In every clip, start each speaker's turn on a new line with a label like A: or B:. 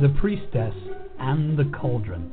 A: The Priestess and the Cauldron,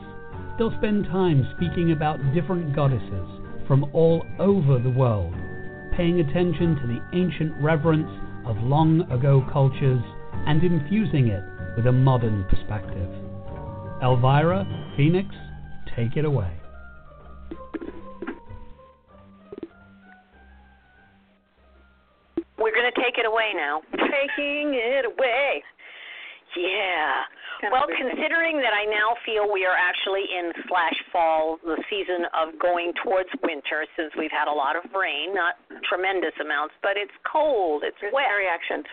A: They'll spend time speaking about different goddesses from all over the world, paying attention to the ancient reverence of long ago cultures and infusing it with a modern perspective. Elvira, Phoenix, take it away.
B: We're going to take it away now.
C: taking it away.
B: Yeah.
C: Kinda
B: Well,
C: weird.
B: considering that I now feel we are actually in slash fall, the season of going towards winter since we've had a lot of rain, not tremendous amounts, but it's cold, it's
C: Here's
B: wet.
C: my reaction.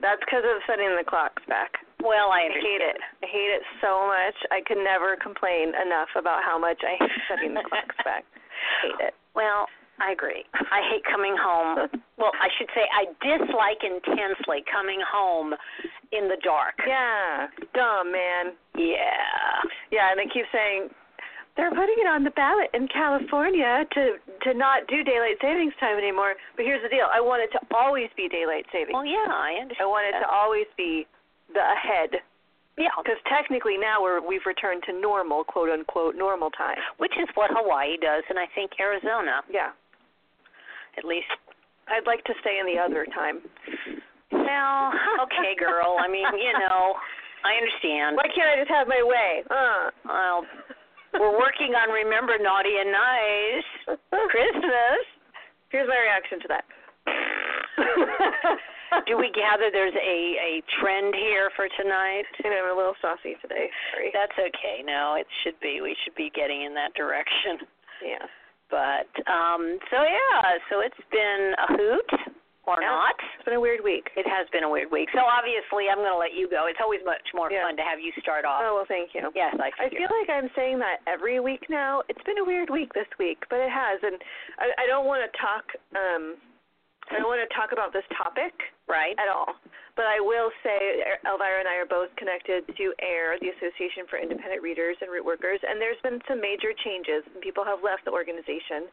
C: That's because of setting the clocks back.
B: well, I
C: I hate
B: understand.
C: it. I hate it so much. I could never complain enough about how much I hate setting the clocks back. Hate it.
B: Well, I agree. I hate coming home. Well, I should say I dislike intensely coming home in the dark.
C: Yeah. Dumb man.
B: yeah.
C: Yeah, and they keep saying they're putting it on the ballot in California to to not do daylight savings time anymore. But here's the deal: I want it to always be daylight savings.
B: Well, yeah, I
C: I
B: understand.
C: want it to always be the ahead
B: Yeah.
C: Because technically now we're we've returned to normal, quote unquote, normal time.
B: Which is what Hawaii does, and I think Arizona,
C: Yeah,
B: at least.
C: I'd like to stay in the other time.
B: Well, okay, girl. I mean, you know, I understand.
C: Why can't I just have my way? Uh.
B: Well, we're working on remember naughty and nice Christmas.
C: Here's my reaction to that.
B: Do we gather there's a a trend here for tonight?
C: You know, I'm a little saucy today. Sorry.
B: That's okay. No, it should be. We should be getting in that direction.
C: yeah.
B: But um so yeah, so it's been a hoot or
C: Yeah.
B: not.
C: It's been a weird week.
B: It has been a weird week. So obviously I'm going to let you go. It's always much more
C: Yeah.
B: fun to have you start off.
C: Oh well, thank you.
B: yes, I
C: I feel like I'm saying that every week now. It's been a weird week this week, but it has, and I, I don't want to talk. Um, I don't want to talk about this topic.
B: right.
C: at all. But I will say uh, Elvira and I are both connected to AIR, the Association for Independent Readers and Root Workers, and there's been some major changes, and people have left the organization.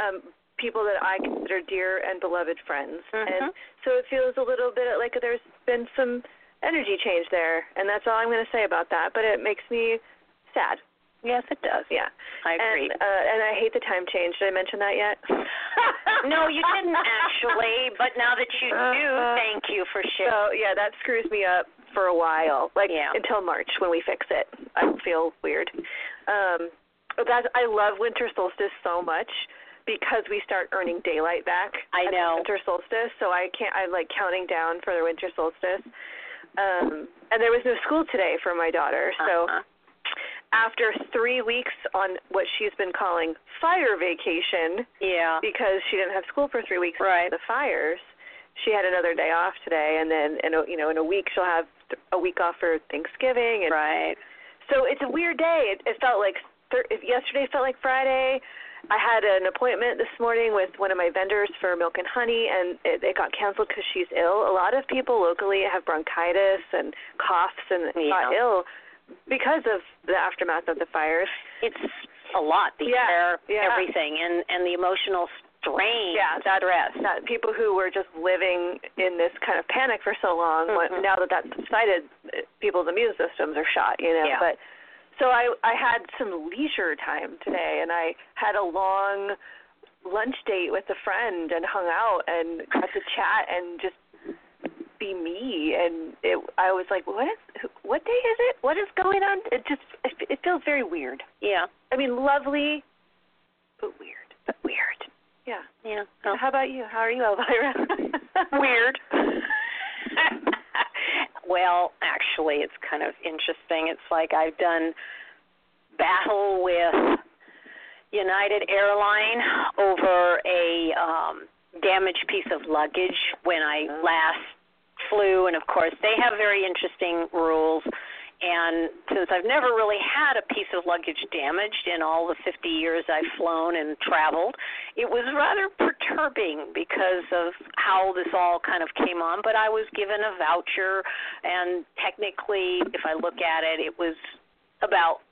C: Um, people that I consider dear and beloved friends. And
B: Mhm.
C: so it feels a little bit like there's been some energy change there, and that's all I'm going to say about that, but it makes me sad.
B: Yes, it does.
C: Yeah.
B: I agree.
C: And uh, and I hate the time change. Did I mention that yet?
B: no, you didn't actually, but now that you do,
C: Uh,
B: thank you for sharing.
C: So yeah, that screws me up for a while, like
B: Yeah.
C: until March when we fix it. I feel weird. Um, but that's I love winter solstice so much because we start earning daylight back.
B: I
C: at the
B: know.
C: winter solstice, so I can't. I like counting down for the winter solstice. Um, and there was no school today for my daughter, so
B: Uh-huh.
C: after three weeks on what she's been calling fire vacation,
B: yeah.
C: because she didn't have school for three weeks
B: Right.
C: the fires. She had another day off today, and then in a, you know in a week she'll have th- a week off for Thanksgiving, and
B: Right.
C: so it's a weird day. It, it felt like thir- if yesterday felt like Friday. I had an appointment this morning with one of my vendors for milk and honey, and it, it got canceled because she's ill. A lot of people locally have bronchitis and coughs and got
B: Yeah.
C: ill because of the aftermath of the fires.
B: It's a lot. The
C: Yeah,
B: air,
C: yeah.
B: everything, and and the emotional strain.
C: Yeah, that-
B: stress.
C: that people who were just living in this kind of panic for so long when-
B: Mhm.
C: now that that's subsided uh, people's immune systems are shot you know
B: Yeah.
C: but so i i had some leisure time today and i had a long lunch date with a friend and hung out and got to chat and just be me and it i was like what is what day is it what is going on it just it, it feels very weird
B: yeah.
C: i mean lovely but weird
B: But weird.
C: yeah
B: Yeah. Oh. Well,
C: how about you? How are you, Elvira?
B: weird. well, actually, it's kind of interesting. It's like I've done battle with United Airline over a um damaged piece of luggage when I last flu, and of course, they have very interesting rules. And since I've never really had a piece of luggage damaged in all the 50 years I've flown and traveled, it was rather perturbing because of how this all kind of came on. But I was given a voucher, and technically, if I look at it, it was about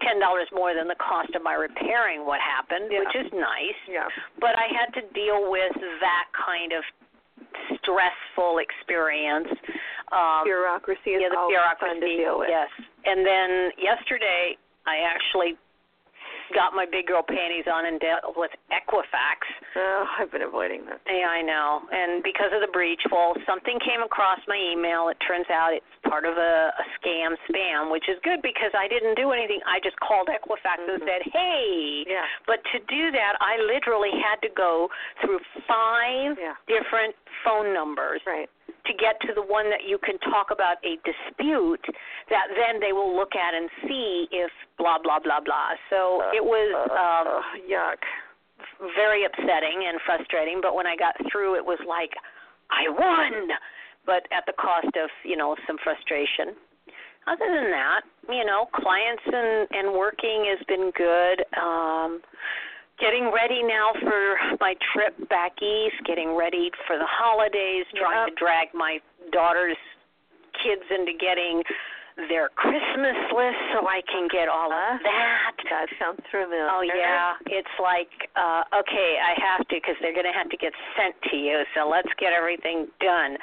B: ten dollars more than the cost of my repairing what happened,
C: Yeah.
B: which is nice.
C: Yeah.
B: But I had to deal with that kind of stressful experience. Um,
C: Bureaucracy is
B: yeah, the
C: always
B: bureaucracy.
C: fun to deal with.
B: Yes. And then yesterday, I actually got my big girl panties on and dealt with Equifax.
C: Oh, I've been avoiding that.
B: Yeah, I know. And because of the breach, well, something came across my email. It turns out it's part of a, a scam spam, which is good because I didn't do anything. I just called Equifax and
C: Mhm.
B: said, hey.
C: Yeah.
B: But to do that, I literally had to go through five
C: Yeah.
B: different phone numbers
C: Right.
B: to get to the one that you can talk about a dispute that then they will look at and see if blah blah blah blah. So it was um
C: Uh, yuck.
B: very upsetting and frustrating, but when I got through it was like I won, but at the cost of, you know, some frustration. Other than that, you know, clients and and working has been good. Um getting ready now for my trip back east, getting ready for the holidays, trying
C: Yep.
B: to drag my daughter's kids into getting their Christmas list so I can get all
C: Huh?
B: of that.
C: That sounds familiar.
B: Oh yeah, it's like uh okay, I have to cuz they're going to have to get sent to you. So let's get everything done.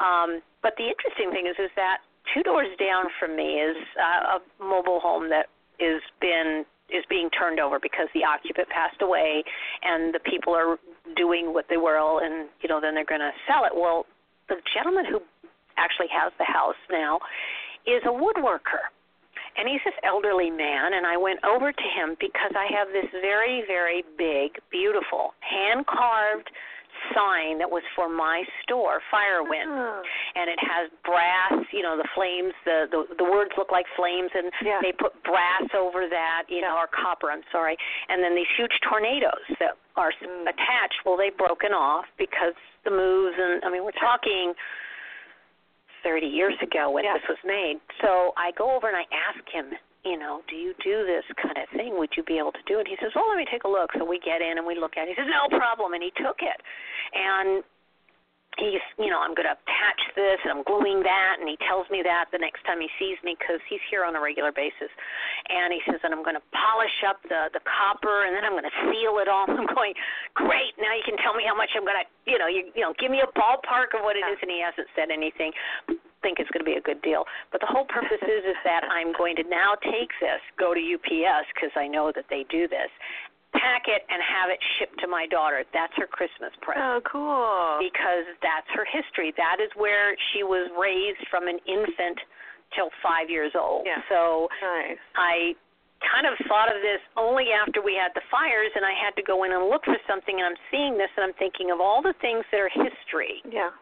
B: Um but the interesting thing is is that two doors down from me is uh, a mobile home that is been is being turned over because the occupant passed away and the people are doing what they will and you know then they're going to sell it. Well, the gentleman who actually has the house now is a woodworker. And he's this elderly man, and I went over to him because I have this very, very big, beautiful, hand carved sign that was for my store, Firewind.
C: Oh.
B: And it has brass, you know, the flames, the, the, the words look like flames, and
C: Yeah.
B: they put brass over that, you know, or copper, I'm sorry. And then these huge tornadoes that are s
C: Mm.
B: attached, well, they've broken off because the moves, and I mean, we're talking 30 years ago when
C: Yeah.
B: this was made. So I go over and I ask him, you know, do you do this kind of thing? Would you be able to do it? He says, well, let me take a look. So we get in and we look at it. He says, no problem. And he took it. And he's, you know, I'm going to patch this and I'm gluing that. And he tells me that the next time he sees me because he's here on a regular basis. And he says, and I'm going to polish up the, the copper and then I'm going to seal it all. I'm going, great. Now you can tell me how much I'm going to, you know, you, you know, give me a ballpark of what it is. And he hasn't said anything think it's going to be a good deal. But the whole purpose is is that I'm going to now take this, go to UPS because I know that they do this, pack it and have it shipped to my daughter. That's her Christmas present.
C: Oh, cool.
B: Because that's her history. That is where she was raised from an infant till 5 years old.
C: Yeah.
B: So
C: Nice.
B: I kind of thought of this only after we had the fires and I had to go in and look for something and I'm seeing this and I'm thinking of all the things that are history
C: Yeah.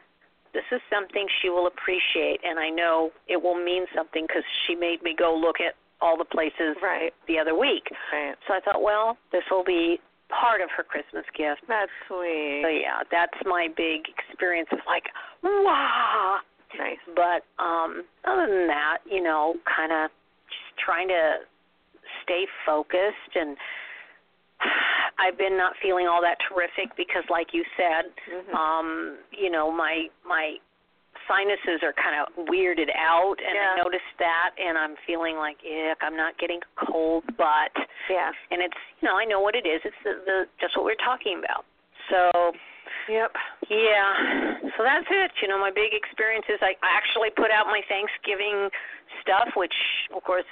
B: this is something she will appreciate and i know it will mean something because she made me go look at all the places
C: Right.
B: the other week
C: Right.
B: so i thought well this will be part of her christmas gift
C: That's sweet.
B: so yeah that's my big experience of like wow
C: Nice.
B: but um other than that you know kind of just trying to stay focused and i've been not feeling all that terrific because like you said
C: Mm-hmm.
B: um you know my my sinuses are kind of weirded out and
C: Yeah.
B: i noticed that and i'm feeling like ick i'm not getting a cold but
C: yeah.
B: and it's you know i know what it is it's the, the just what we're talking about so
C: Yep.
B: yeah so that's it you know my big experience is i I actually put out my thanksgiving stuff which of course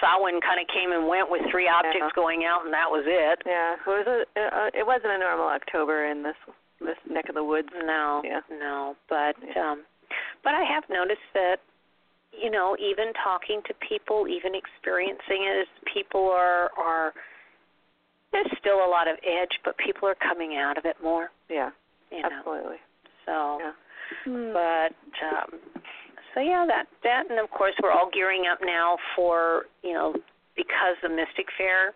B: Samhain kind of came and went with three objects
C: Yeah.
B: going out and that was it
C: Yeah. It was a. Uh, it wasn't a normal October in this this neck of the woods.
B: No.
C: Yeah.
B: No, but
C: Yeah.
B: um but I have noticed that you know, even talking to people, even experiencing it, is people are are there's still a lot of edge, but people are coming out of it more,
C: Yeah.
B: you know.
C: Absolutely.
B: So
C: Yeah. Mm-hmm.
B: but um so yeah, that that and of course we're all gearing up now for, you know, because the Mystic Fair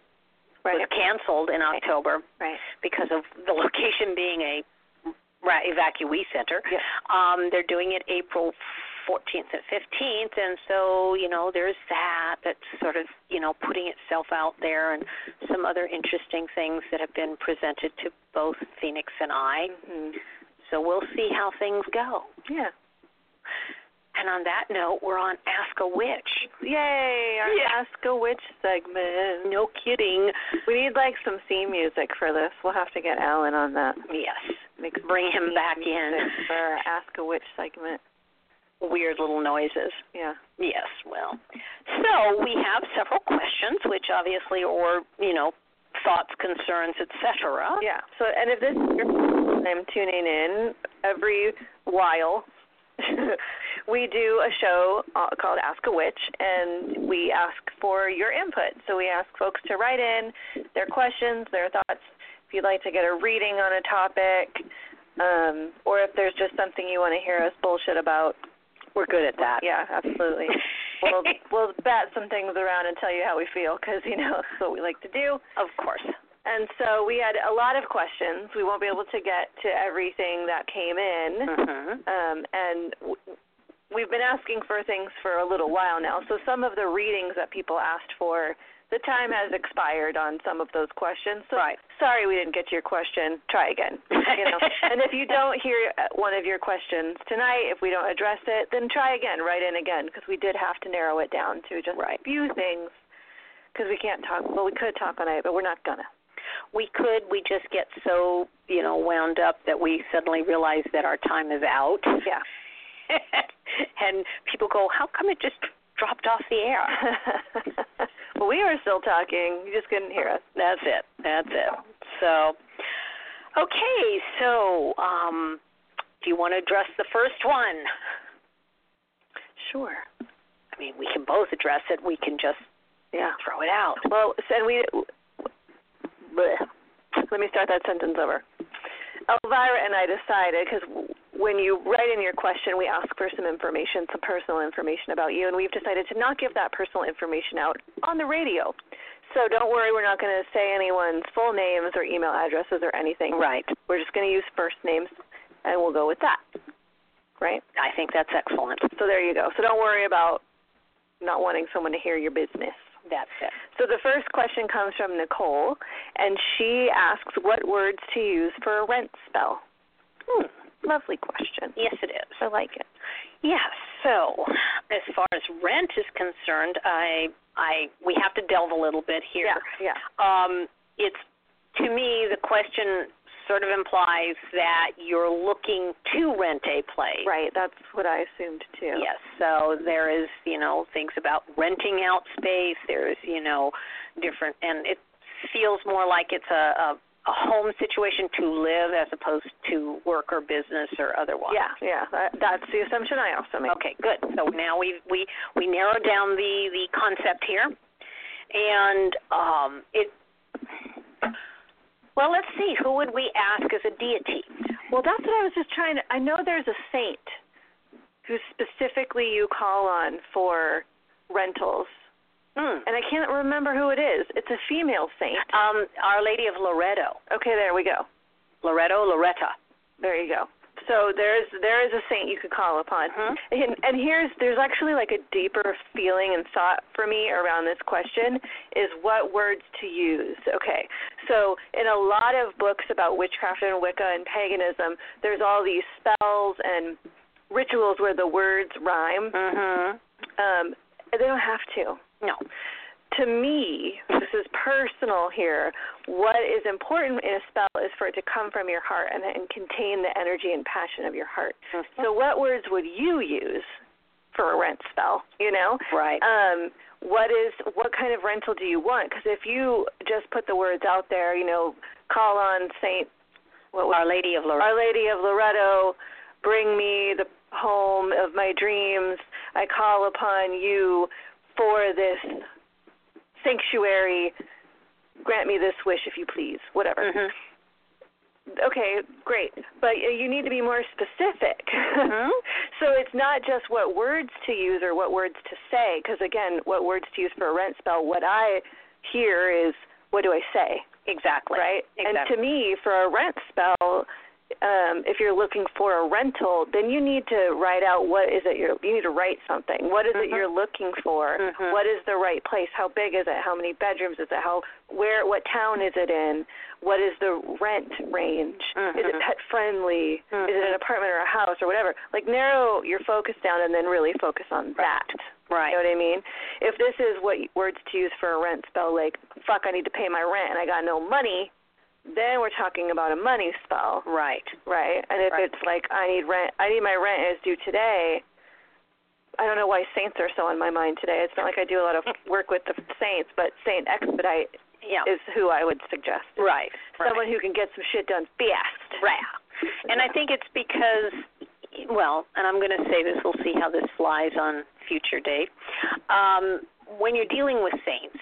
B: was
C: Right.
B: canceled in October
C: Right.
B: because of the location being a right, evacuee center.
C: Yes.
B: Um, they're doing it April 14th and 15th, and so you know there's that that's sort of you know putting itself out there, and some other interesting things that have been presented to both Phoenix and I.
C: Mhm.
B: So we'll see how things go.
C: Yeah.
B: And on that note, we're on Ask a Witch.
C: Yay! Our
B: Yeah.
C: Ask a Witch segment.
B: No kidding.
C: We need like some theme music for this. We'll have to get Alan on that.
B: Yes.
C: Make some
B: Bring him
C: theme
B: back
C: music
B: in.
C: for our Ask a Witch segment.
B: Weird little noises.
C: Yeah.
B: Yes, well. So we have several questions, which obviously, or, you know, thoughts, concerns, etc.
C: Yeah. So, and if this is your first time tuning in, every while we do a show uh, called Ask a Witch, and we ask for your input. So we ask folks to write in their questions, their thoughts. If you'd like to get a reading on a topic, um, or if there's just something you want to hear us bullshit about.
B: We're good at that.
C: Yeah, absolutely. we'll we'll bat some things around and tell you how we feel because you know that's what we like to do.
B: Of course.
C: And so we had a lot of questions. We won't be able to get to everything that came in.
B: hmm
C: Um, and w- we've been asking for things for a little while now. So some of the readings that people asked for, the time has expired on some of those questions. So
B: Right.
C: sorry we didn't get to your question. Try again. You know. and if you don't hear uh, one of your questions tonight, if we don't address it, then try again. Write in again because we did have to narrow it down to just
B: Right.
C: a few things because we can't talk. Well, we could talk on it, but we're not gonna.
B: We could, we just get so, you know, wound up that we suddenly realize that our time is out.
C: Yeah.
B: and people go, how come it just dropped off the air?
C: well, we were still talking. You just couldn't hear us.
B: That's it. That's it. So, okay. So, um, do you want to address the first one?
C: Sure.
B: I mean, we can both address it. We can just
C: Yeah.
B: throw it out.
C: Well, so- and we. bleh. Let me start that sentence over. Elvira and I decided because when you write in your question, we ask for some information, some personal information about you, and we've decided to not give that personal information out on the radio. So don't worry, we're not going to say anyone's full names or email addresses or anything.
B: Right.
C: We're just going to use first names, and we'll go with that. Right.
B: I think that's excellent.
C: So there you go. So don't worry about not wanting someone to hear your business.
B: That's it.
C: So the first question comes from Nicole, and she asks what words to use for a rent spell.
B: Hmm.
C: Lovely question.
B: Yes, it is.
C: I like it.
B: Yeah. So, as far as rent is concerned, I, I, we have to delve a little bit here.
C: Yeah.
B: um, it's to me the question sort of implies that you're looking to rent a place.
C: Yeah. Right. That's what I assumed too.
B: Yes. So there is, you know, things about renting out space. There's, you know, different, and it feels more like it's a, a, a home situation to live as opposed to work or business or otherwise.
C: Yeah. Yeah. That, that's the assumption I also made.
B: Okay, good. So now we we we narrow down the the concept here, and um, it. Well, let's see. Who would we ask as a deity?
C: Well, that's what I was just trying to. I know there's a saint who specifically you call on for rentals,
B: Hmm.
C: and I can't remember who it is. It's a female saint.
B: Um, Our Lady of Loreto,
C: Okay, there we go.
B: Loreto, Loretta.
C: There you go. So there's there is a saint you could call upon.
B: Mhm.
C: And and here's there's actually like a deeper feeling and thought for me around this question is what words to use. Okay. So in a lot of books about witchcraft and Wicca and paganism, there's all these spells and rituals where the words rhyme.
B: Mm-hmm.
C: Um they don't have to
B: No.
C: to me, this is personal here. What is important in a spell is for it to come from your heart and, and contain the energy and passion of your heart.
B: Mm-hmm.
C: So, what words would you use for a rent spell? You know,
B: right.
C: um, what is what kind of rental do you want? Because if you just put the words out there, you know, call on Saint what was
B: Our Lady of Loreto.
C: Our Lady of Loretto, bring me the home of my dreams. I call upon you for this sanctuary. Grant me this wish if you please, whatever.
B: Mhm.
C: Okay, great. But uh, you need to be more specific.
B: Mhm.
C: so it's not just what words to use or what words to say, because again, what words to use for a rent spell, what I hear is, what do I say?
B: Exactly.
C: right?
B: Exactly.
C: And to me, for a rent spell, um, if you're looking for a rental, then you need to write out what is it you're you need to write something. What is it
B: Mhm.
C: you're looking for?
B: Mhm.
C: What is the right place? How big is it? How many bedrooms is it? How where what town is it in? What is the rent range? Is it
B: Mhm.
C: pet friendly? Is it an
B: Mhm.
C: apartment or a house or whatever? Like narrow your focus down and then really focus on that.
B: Right.
C: You know what I mean? If this is what y- words to use for a rent spell, like "fuck," I need to pay my rent and I got no money, then we're talking about a money spell,
B: Right.
C: right? And if
B: Right.
C: it's like I need rent, I need my rent is due today. I don't know why saints are so on my mind today. It's not like I do a lot of work with the saints, but Saint Expedite
B: Yeah.
C: is who I would suggest.
B: right.
C: Someone
B: right.
C: who can get some shit done fast.
B: Right. And I think it's because, well, and I'm going to say this, we'll see how this flies on future date. Um, when you're dealing with saints,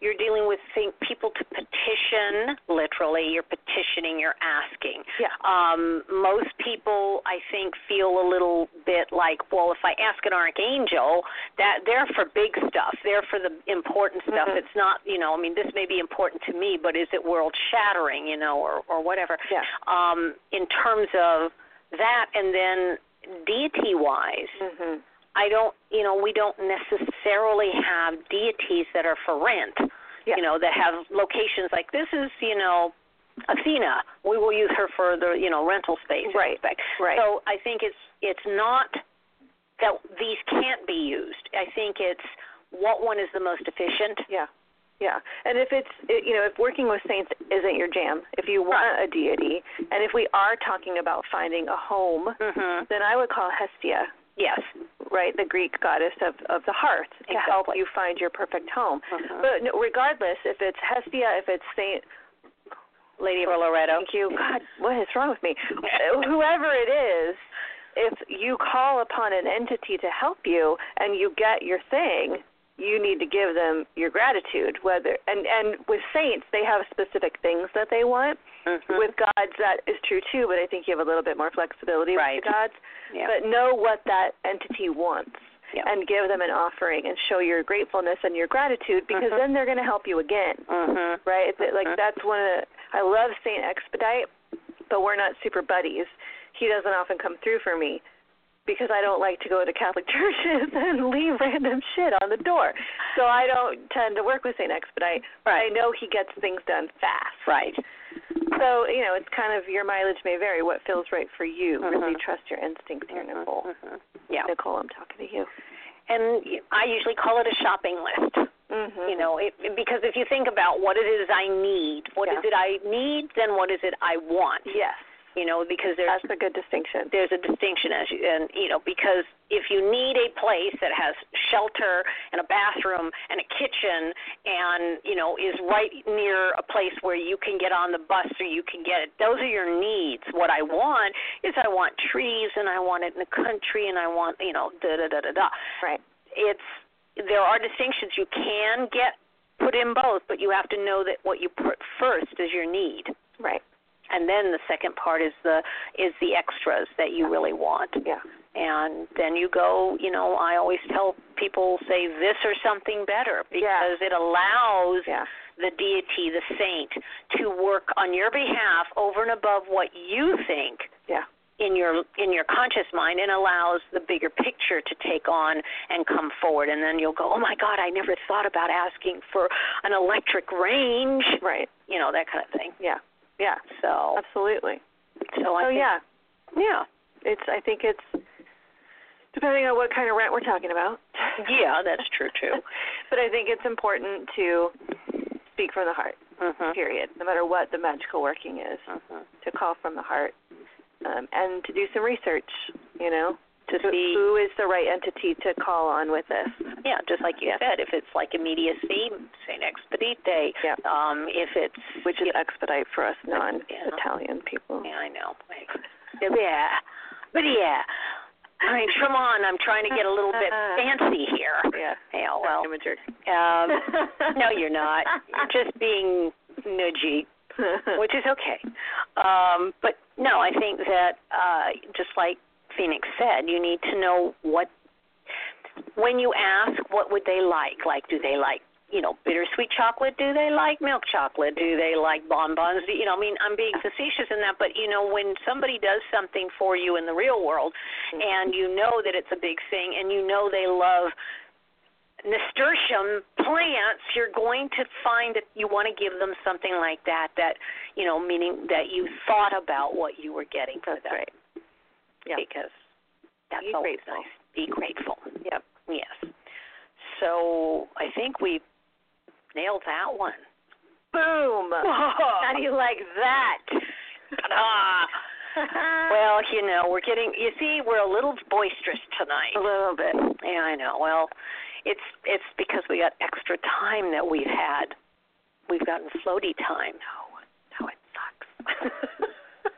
B: you're dealing with think, people to petition, literally, you're petitioning, you're asking.
C: Yeah.
B: Um, most people, I think, feel a little bit like, well, if I ask an archangel, that they're for big stuff, they're for the important stuff.
C: Mhm.
B: It's not, you know, I mean, this may be important to me, but is it world shattering, you know, or or whatever
C: Yeah.
B: um, in terms of that, and then deity wise,
C: Mhm.
B: I don't, you know, we don't necessarily have deities that are for rent,
C: Yeah.
B: you know, that have locations like this is, you know, Athena. We will use her for the, you know, rental space in
C: Right,
B: respect.
C: right.
B: So I think it's it's not that these can't be used. I think it's what one is the most efficient.
C: Yeah. Yeah. And if it's it, you know, if working with saints isn't your jam, if you want a deity, and if we are talking about finding a home,
B: Mm-hmm.
C: then I would call Hestia,
B: Yes.
C: right, the Greek goddess of of the hearth to help
B: Exactly.
C: you find your perfect home.
B: Mhm.
C: But no, regardless if it's Hestia, if it's Saint
B: Lady of Loretto.
C: Thank you. God, what is wrong with me? Whoever it is, if you call upon an entity to help you and you get your thing, you need to give them your gratitude. Whether and and with saints, they have specific things that they want.
B: Mhm.
C: With gods, that is true too, but I think you have a little bit more flexibility
B: Right.
C: with the gods.
B: yeah.
C: But know what that entity wants.
B: Yeah.
C: And give them an offering and show your gratefulness and your gratitude because
B: Mhm.
C: then they're going to help you again
B: Mhm.
C: right? It's like
B: Mhm.
C: that's one of the, I love Saint Expedite, but we're not super buddies. He doesn't often come through for me because I don't like to go to Catholic churches and leave random shit on the door. So I don't tend to work with Saint Expedite. but I
B: Right.
C: know he gets things done fast.
B: Right.
C: So, you know, it's kind of your mileage may vary. What feels right for you? Really
B: Mhm.
C: trust your instincts here, Nicole.
B: Mhm. Yeah.
C: Nicole, I'm talking to you.
B: and I usually call it a shopping list.
C: Mm-hmm.
B: You know, it, because if you think about what it is I need, what is
C: Yeah.
B: it I need, then what is it I want?
C: Yes.
B: You know, because there's
C: That's a good distinction.
B: there's a distinction as you, and you know because if you need a place that has shelter and a bathroom and a kitchen and you know is right near a place where you can get on the bus or you can get it those are your needs what i want is i want trees and i want it in the country and i want you know da da da da da
C: Right.
B: it's there are distinctions you can get put in both but you have to know that what you put first is your need
C: Right.
B: and then the second part is the is the extras that you really want
C: Yeah.
B: and then you go you know i always tell people say this or something better because it allows
C: Yeah.
B: the deity the saint to work on your behalf over and above what you think
C: Yeah.
B: in your in your conscious mind and allows the bigger picture to take on and come forward and then you'll go oh my god i never thought about asking for an electric range
C: Right.
B: you know that kind of thing
C: Yeah. Yeah.
B: so
C: Absolutely.
B: so i
C: Oh
B: think
C: yeah,
B: yeah
C: it's. I think it's depending on what kind of rent we're talking about.
B: Yeah, that's true too.
C: but I think it's important to speak from the heart.
B: Mhm.
C: Period. No matter what the magical working is,
B: Mhm.
C: to call from the heart, um, and to do some research. You know,
B: To
C: Who-
B: see,
C: who is the right entity to call on with this.
B: yeah, just like you said, if it's like immediacy, Saint Expedite.
C: Yeah.
B: Um, if it's
C: Which is
B: yeah,
C: expedite for us
B: Yeah.
C: non-Italian people.
B: yeah, I know. Yeah, but yeah. I mean, come on, I'm trying to get a little bit fancy here.
C: Yeah.
B: Yeah, well,
C: I'm a jerk.
B: um, no, you're not. You're just being nudgy. which is okay. Um, but no, I think that uh, just like Phoenix said, you need to know what when you ask, what would they like? Like, do they like you know, bittersweet chocolate? Do they like milk chocolate? Do they like bonbons? Do, you know, I mean, I'm being facetious in that, but you know, when somebody does something for you in the real world, and you know that it's a big thing, and you know they love nasturtium plants you're going to find that you want to give them something like that that you know meaning that you thought about what you were getting for
C: That's
B: them
C: right. Yeah.
B: because that's
C: Be
B: always
C: grateful.
B: nice be grateful
C: Yep.
B: yes so i think we nailed that one
C: Boom. How do you like that?
B: Ta-da! well you know we're getting you see we're a little boisterous tonight
C: a little bit.
B: Yeah, I know. Well, it's it's because we got extra time that we've had. We've gotten floaty time. No, no, it sucks.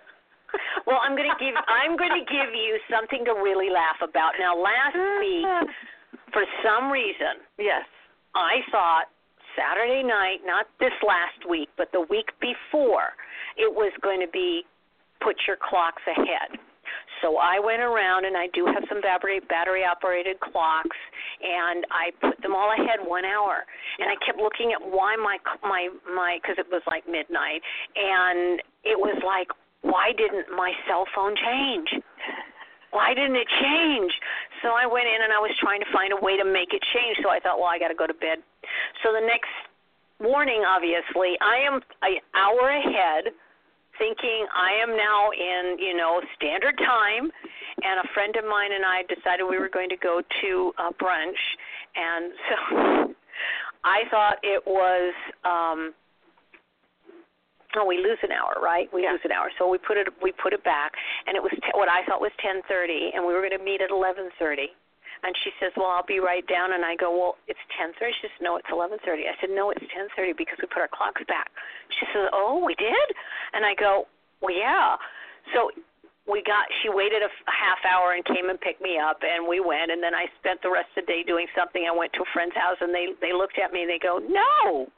B: well, I'm gonna give I'm gonna give you something to really laugh about. Now, last week, for some reason,
C: Yes.
B: I thought Saturday night, not this last week, but the week before, it was going to be put your clocks ahead. So I went around and I do have some battery battery operated clocks and I put them all ahead 1 hour. And I kept looking at why my c- my my cuz it was like midnight and it was like why didn't my cell phone change? why didn't it change? So I went in and I was trying to find a way to make it change. So I thought, well, I got to go to bed. So the next morning, obviously, I am an hour ahead, thinking I am now in you know standard time. And a friend of mine and I decided we were going to go to uh, brunch, and so I thought it was. um Oh, we lose an hour, right? We
C: Yeah.
B: lose an hour, so we put it we put it back, and it was t- what I thought was ten thirty, and we were going to meet at eleven thirty. And she says, "Well, I'll be right down." And I go, "Well, it's 10:30." She says, "No, it's 11:30." I said, "No, it's 10:30 because we put our clocks back." She says, "Oh, we did?" And I go, "Well, yeah." So we got. She waited a f- a half hour and came and picked me up, and we went. And then I spent the rest of the day doing something. I went to a friend's house, and they they looked at me and they go, "No,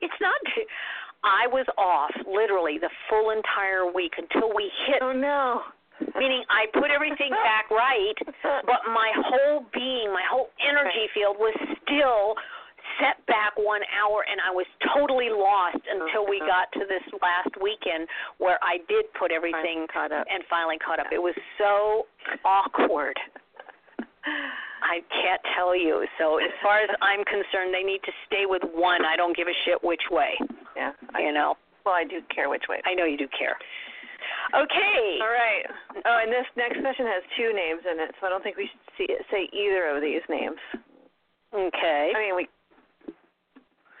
B: it's not." t- I was off literally the full entire week until we hit
C: Oh no.
B: meaning I put everything back right, but my whole being, my whole energy field was still set back one hour, and I was totally lost until
C: Mm-hmm.
B: we got to this last weekend where I did put everything
C: Finally caught up.
B: and finally caught up. It was so awkward. I can't tell you. So as far as I'm concerned, they need to stay with one. I don't give a shit which way.
C: yeah. I,
B: You know,
C: well, I do care which way.
B: I know you do care. Okay.
C: All right. Oh, and this next question has two names in it, so I don't think we should see say either of these names.
B: Okay.
C: I mean, we.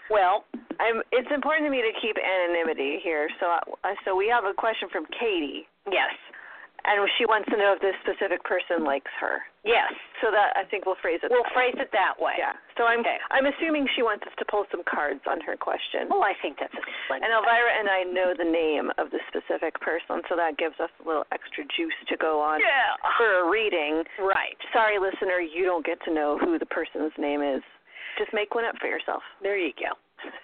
B: Well,
C: I'm. It's important to me to keep anonymity here, so I, so we have a question from Katie,
B: yes.
C: and she wants to know if this specific person likes her.
B: Yes.
C: So that I think we'll phrase it.
B: We'll
C: that way.
B: phrase it that way.
C: Yeah. So I'm
B: Okay. Oh,
C: I'm assuming she wants us to pull some cards on her question.
B: Well, I think that's a splendid.
C: And Elvira and I know the name of the specific person, so that gives us a little extra juice to go on
B: Yeah.
C: for a reading.
B: Right.
C: Sorry, listener, you don't get to know who the person's name is. Just make one up for yourself.
B: There you go.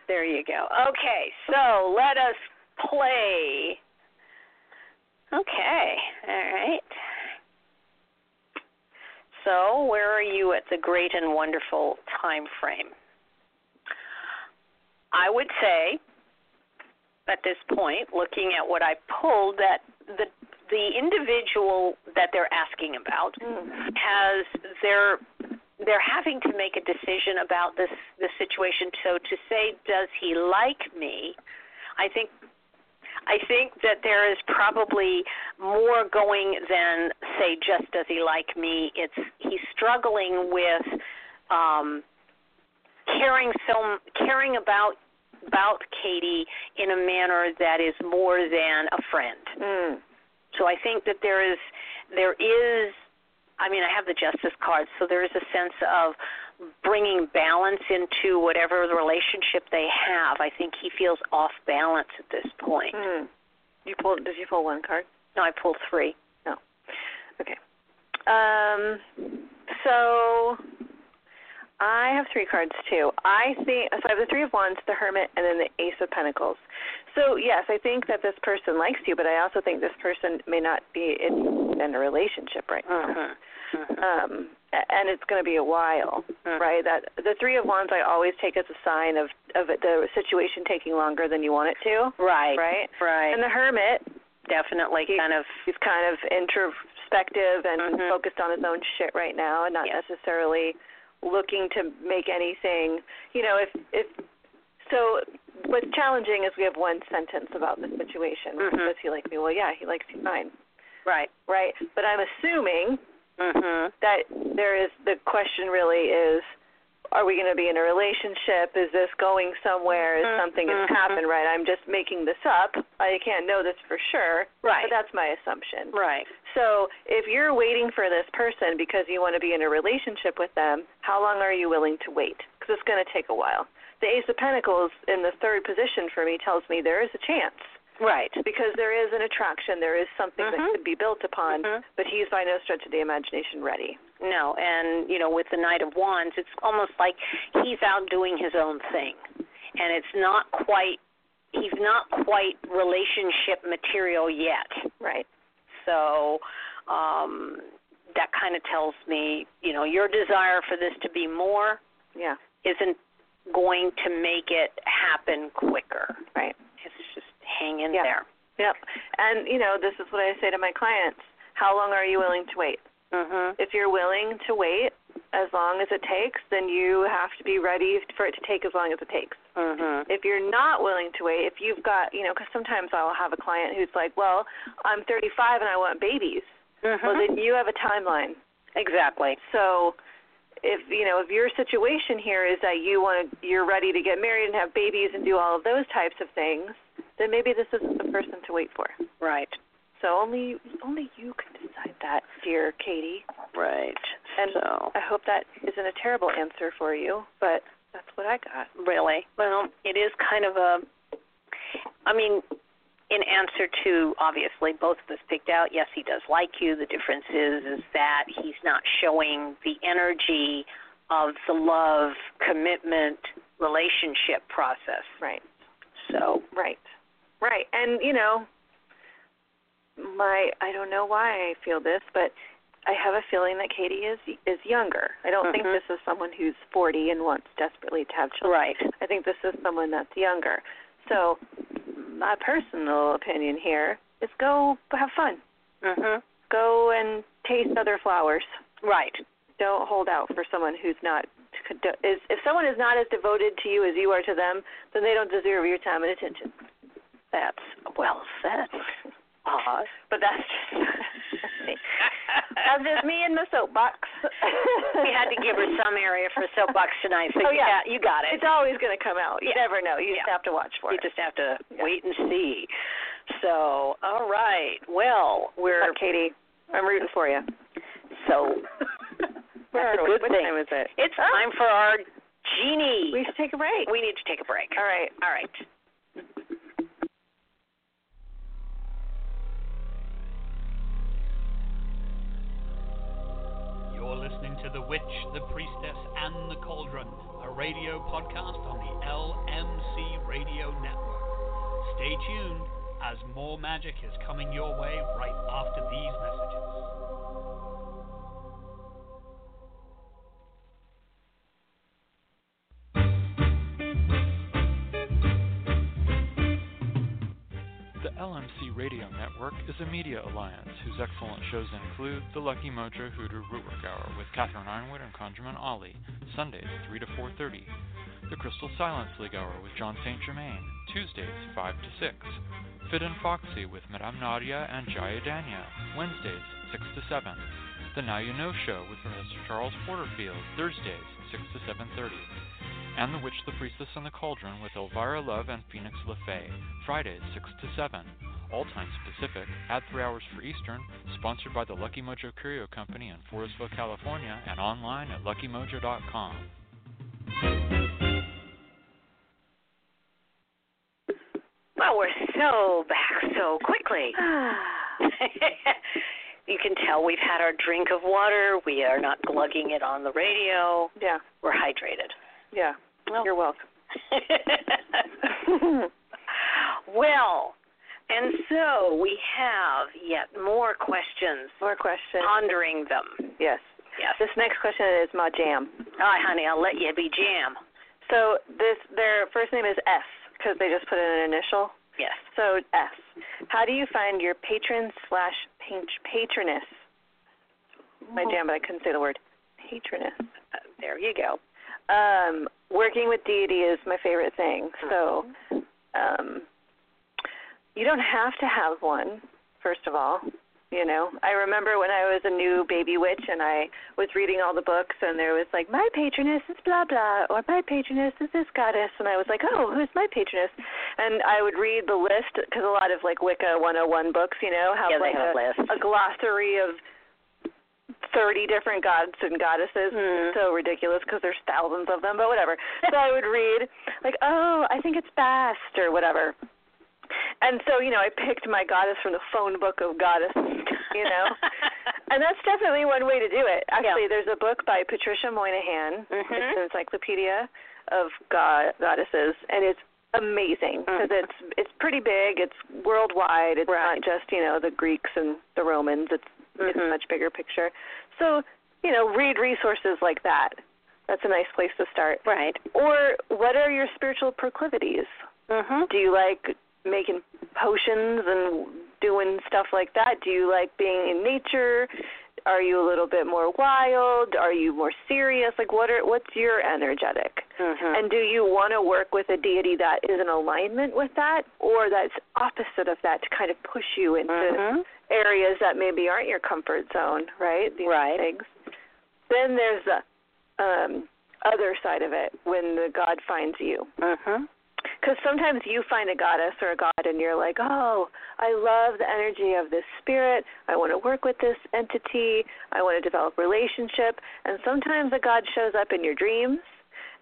B: There you go. Okay, so let us play. Okay. All right. So, where are you at the great and wonderful time frame? I would say at this point, looking at what I pulled, that the the individual that they're asking about Mm. has they're they're having to make a decision about this this situation. So to say, does he like me? I think I think that there is probably more going than say just does he like me. It's he's struggling with um, caring so caring about about Katie in a manner that is more than a friend.
C: Mm.
B: So I think that there is there is I mean I have the justice card, so there is a sense of bringing balance into whatever relationship they have. I think he feels off balance at this point.
C: Mm. You pulled? Did you pull one card?
B: No, I pulled 3.
C: No. Okay. Um, so I have three cards too. I think so. I have the Three of Wands, the Hermit, and then the Ace of Pentacles. So yes, I think that this person likes you, but I
B: Uh-huh.
C: also think this person may not be in, in a relationship right now.
B: Mhm. Mhm.
C: Um, a- and it's going to be a while,
B: Mm.
C: right? That the three of wands I always take as a sign of of it- the situation taking longer than you want it to,
B: Right.
C: right?
B: Right.
C: And the hermit,
B: Definitely
C: He-
B: kind of
C: he's kind of introspective and
B: Mhm.
C: focused on his own shit right now, and not
B: Yes.
C: necessarily looking to make anything. You know, if if so, what's challenging is we have one sentence about the situation.
B: Mhm.
C: Does he like me? Well, yeah, he likes you fine,
B: right.
C: right? But I'm assuming
B: Mhm.
C: that there is the question really is are we going to be in a relationship is this going somewhere is
B: Mm,
C: something going
B: mhm.
C: to happen right i'm just making this up i can't know this for sure
B: Right.
C: but that's my assumption
B: Right.
C: so if you're waiting for this person because you want to be in a relationship with them how long are you willing to wait because it's going to take a while the ace of pentacles in the third position for me tells me there is a chance
B: Right.
C: because there is an attraction there is something
B: Mhm.
C: that could be built upon
B: Mhm.
C: but he's by no stretch of the imagination ready
B: No, and you know, with the Knight of Wands, it's almost like he's out doing his own thing, and it's not quite he's not quite relationship material yet.
C: right
B: So um, that kind of tells me, you know, your desire for this to be more
C: Yeah,
B: isn't going to make it happen quicker.
C: right.
B: It's just hang in
C: Yeah.
B: there.
C: Yep. And you know, this is what I say to my clients. How long are you willing to wait?
B: Mhm.
C: If you're willing to wait as long as it takes, then you have to be ready for it to take as long as it takes.
B: Mhm.
C: If you're not willing to wait, if you've got, you know, cuz sometimes I'll have a client who's like, "Well, I'm 35 and I want babies."
B: Mhm.
C: Well, then you have a timeline.
B: exactly.
C: So, if you know if your situation here is that you want to, you're ready to get married and have babies and do all of those types of things, then maybe this isn't the person to wait for.
B: Right.
C: So only only you can decide that, dear Katie.
B: Right.
C: And-
B: so
C: I hope that isn't a terrible answer for you, but that's what I got.
B: really. Well, it is kind of a. I mean, in answer to obviously both of us picked out, yes, he does like you. The difference is is that he's not showing the energy of the love commitment relationship process.
C: Right.
B: So
C: Right. Right. And you know, my I don't know why I feel this, but I have a feeling that Katie is is younger. I don't think
B: Mhm.
C: this is someone who's 40 and wants desperately to have children.
B: right.
C: I think this is someone that's younger. So my personal opinion here is go have fun.
B: Mhm.
C: Go and taste other flowers.
B: Right.
C: don't hold out for someone who's not is if someone is not as devoted to you as you are to them, then they don't deserve your time and attention.
B: That's well said. Uh,
C: But that's just that's just me in the soapbox.
B: we had to give her some area for soapbox tonight, so
C: Oh,
B: you
C: yeah.
B: got you got it.
C: It's always going to come out. You
B: Yeah.
C: never know. You just
B: Yeah.
C: have to watch for
B: You
C: it.
B: just have to
C: Yeah.
B: wait and see. So, all right. Well, we're
C: But Katie, I'm rooting for you.
B: so that's a good
C: what
B: thing.
C: time is it?
B: It's time for our genie.
C: Ah. We should take a break.
B: We need to take a break.
C: All right.
B: All right.
A: You're listening to The Witch, The Priestess, and The Cauldron, a radio podcast on the LMC Radio Network. Stay tuned as more magic is coming your way right after these messages.
D: The LMC Radio Network is a media alliance whose excellent shows include The Lucky Mojo Hoodoo Rootwork Hour with Catherine Ironwood and Conjurman Ollie, Sundays 3 to 4.30. The Crystal Silence League Hour with John St. Germain, Tuesdays 5 to 6. Fit and Foxy with Madame Nadia and Jaya Dania, Wednesdays 6 to 7. The Now You Know Show with Professor Charles Porterfield, Thursdays 6 to 7.30 and The Witch, the Priestess, and the Cauldron with Elvira Love and Phoenix LeFay, Fridays 6 to 7, all times Pacific, at 3 hours for Eastern, sponsored by the Lucky Mojo Curio Company in Forestville, California, and online at luckymojo.com.
B: Well, we're so back so quickly.
C: Ah.
B: you can tell we've had our drink of water. We are not glugging it on the radio.
C: yeah.
B: We're hydrated.
C: Yeah.
B: Well,
C: You're welcome.
B: well, and so we have yet more questions,
C: More questions.
B: pondering them.
C: Yes.
B: Yes.
C: This next question is my jam.
B: All right, honey, I'll let you be jam.
C: So this their first name is S because they just put in an initial.
B: Yes.
C: So S. How do you find your patron slash pat- patroness? My jam, but I couldn't say the word patroness.
B: Uh, there you go.
C: Um, working with deity is my favorite thing. So
B: Mm-hmm.
C: um, you don't have to have one, first of all. You know, I remember when I was a new baby witch and I was reading all the books, and there was like, my patroness is blah blah, or my patroness is this goddess, and I was like, oh, who's my patroness? And I would read the list because a lot of like Wicca 101 books, you know, have
B: Yeah, they
C: like
B: have
C: a,
B: lists.
C: a glossary of 30 different gods and goddesses.
B: Mm.
C: It's so ridiculous because there's thousands of them, but whatever. So I would read, like, oh, I think it's best, or whatever. And so, you know, I picked my goddess from the phone book of goddesses, you know? and that's definitely one way to do it. Actually, there's a book by Patricia Moynihan.
B: Mhm.
C: It's an encyclopedia of god- goddesses, and it's amazing because
B: Mm.
C: it's it's pretty big. It's worldwide. It's
B: Right.
C: not just you know the Greeks and the Romans. It's it's a
B: Mhm.
C: much bigger picture. So you know, read resources like that. That's a nice place to start.
B: Right.
C: Or what are your spiritual proclivities?
B: Mhm.
C: Do you like making potions and doing stuff like that? Do you like being in nature? Are you a little bit more wild? Are you more serious? Like what are what's your energetic?
B: Mhm.
C: And do you want to work with a deity that is in alignment with that or that's opposite of that to kind of push you into
B: Mhm.
C: areas that maybe aren't your comfort zone, right? These
B: Right.
C: things. Then there's the um other side of it when the god finds you
B: Mhm.
C: because sometimes you find a goddess or a god and you're like, oh, I love the energy of this spirit. I want to work with this entity. I want to develop relationship. And sometimes a god shows up in your dreams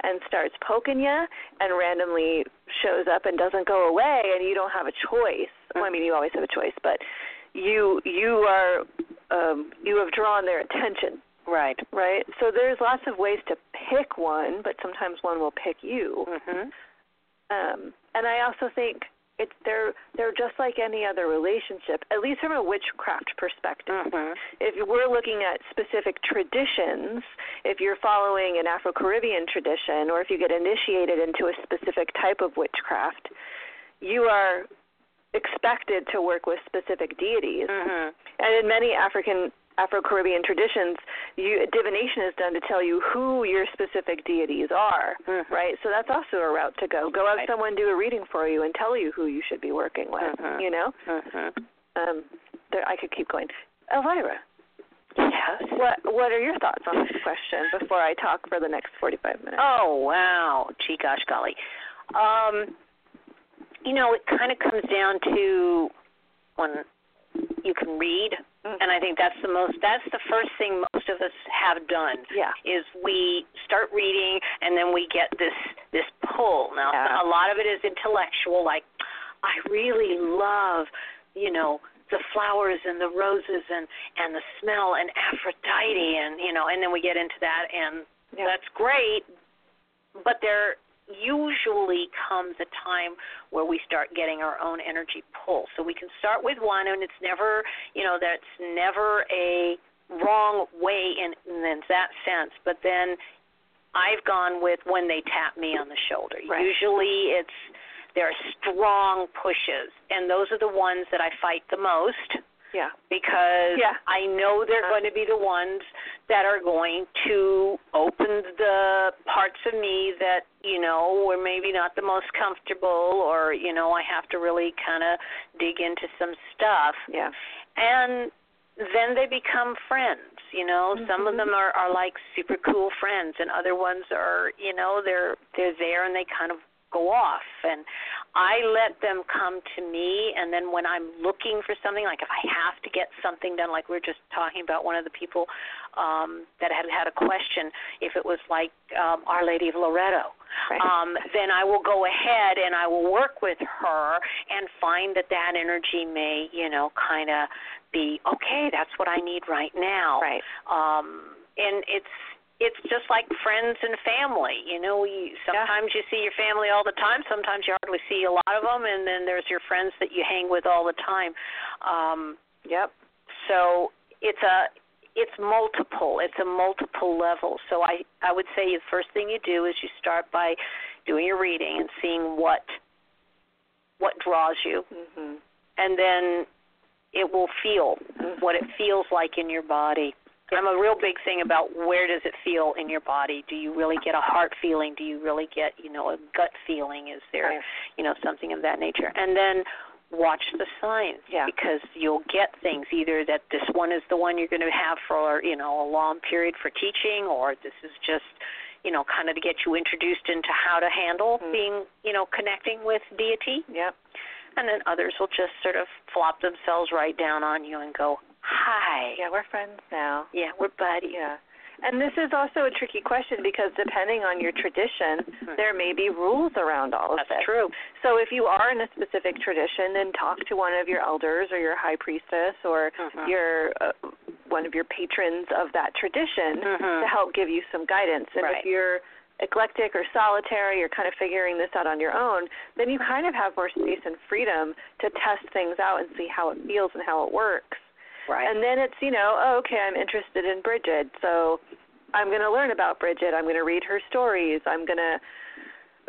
C: and starts poking you and randomly shows up and doesn't go away and you don't have a choice. Well, I mean, you always have a choice, but you you are um you have drawn their attention,
B: Right.
C: right? So there's lots of ways to pick one, but sometimes one will pick you.
B: Mhm.
C: Um, and I also think it's they're they're just like any other relationship, at least from a witchcraft perspective.
B: Mhm.
C: If we're looking at specific traditions, if you're following an Afro Caribbean tradition, or if you get initiated into a specific type of witchcraft, you are expected to work with specific deities.
B: Mhm.
C: And in many African Afro Caribbean traditions, you, divination is done to tell you who your specific deities are.
B: Mhm.
C: Right, so that's also a route to go. Go have
B: Right.
C: someone do a reading for you and tell you who you should be working with.
B: Mhm.
C: You know,
B: Mhm.
C: um, there I could keep going. Elvira,
B: Yes.
C: what what are your thoughts on this question before I talk for the next forty five minutes?
B: Oh wow, gee gosh golly. Um, you know, it kind of comes down to when you can read, Oh, and I think that's the most. That's the first thing most of us have done
C: yeah,
B: is we start reading and then we get this this pull. Now
C: Yeah.
B: a lot of it is intellectual, like I really love, you know, the flowers and the roses and and the smell and Aphrodite and you know, and then we get into that and
C: yeah,
B: that's great, but there usually comes a time where we start getting our own energy pull. So we can start with one, and it's never, you know, that's never a wrong way in, in that sense. But then I've gone with when they tap me on the shoulder.
C: Right.
B: Usually it's there are strong pushes, and those are the ones that I fight the most
C: yeah,
B: because
C: Yeah.
B: I know they're going to be the ones that are going to open the parts of me that you know were maybe not the most comfortable, or you know I have to really kind of dig into some stuff,
C: yeah,
B: and then they become friends. You know, some of
C: Mhm.
B: them are are like super cool friends, and other ones are you know they're they're there and they kind of go off and I let them come to me, and then when I'm looking for something, like if I have to get something done, like we were just talking about one of the people um, that had had a question, if it was like um, Our Lady of Loretto,
C: Right.
B: um, then I will go ahead and I will work with her and find that that energy may, you know, kind of be okay. That's what I need right now
C: right,
B: um and it's it's just like friends and family you know you sometimes you see your family all the time sometimes you hardly see a lot of them and then there's your friends that you hang with all the time um
C: yep,
B: so it's a it's multiple. It's a multiple level. So I I would say the first thing you do is you start by doing your reading and seeing what what draws you,
C: hmm
B: and then it will feel what it feels like in your body. I'm a real big thing about where does it feel in your body? Do you really get a heart feeling? Do you really get, you know, a gut feeling? Is there,
C: Right.
B: you know, something of that nature? And then watch the signs
C: Yeah.
B: because you'll get things either that this one is the one you're going to have for, you know, a long period for teaching or this is just, you know, kind of to get you introduced into how to handle
C: Mhm.
B: being, you know, connecting with deity
C: Yep.
B: and then others will just sort of flop themselves right down on you and go, "Hi,
C: Yeah, we're friends now.
B: yeah, we're buddies."
C: Yeah. And this is also a tricky question because depending on your tradition,
B: Hmm.
C: there may be rules around all of
B: That's
C: this.
B: true.
C: So if you are in a specific tradition, then talk to one of your elders or your high priestess or
B: Mhm.
C: your uh, one of your patrons of that tradition
B: Mhm.
C: to Mm-hmm. help give you some guidance. And
B: Right.
C: if you're eclectic or solitary, you're kind of figuring this out on your own, then you kind of have more space and freedom to test things out and see how it feels and how it works.
B: Right.
C: And then it's, you know, oh, okay, I'm interested in Bridget, so I'm going to learn about Bridget. I'm going to read her stories. I'm going to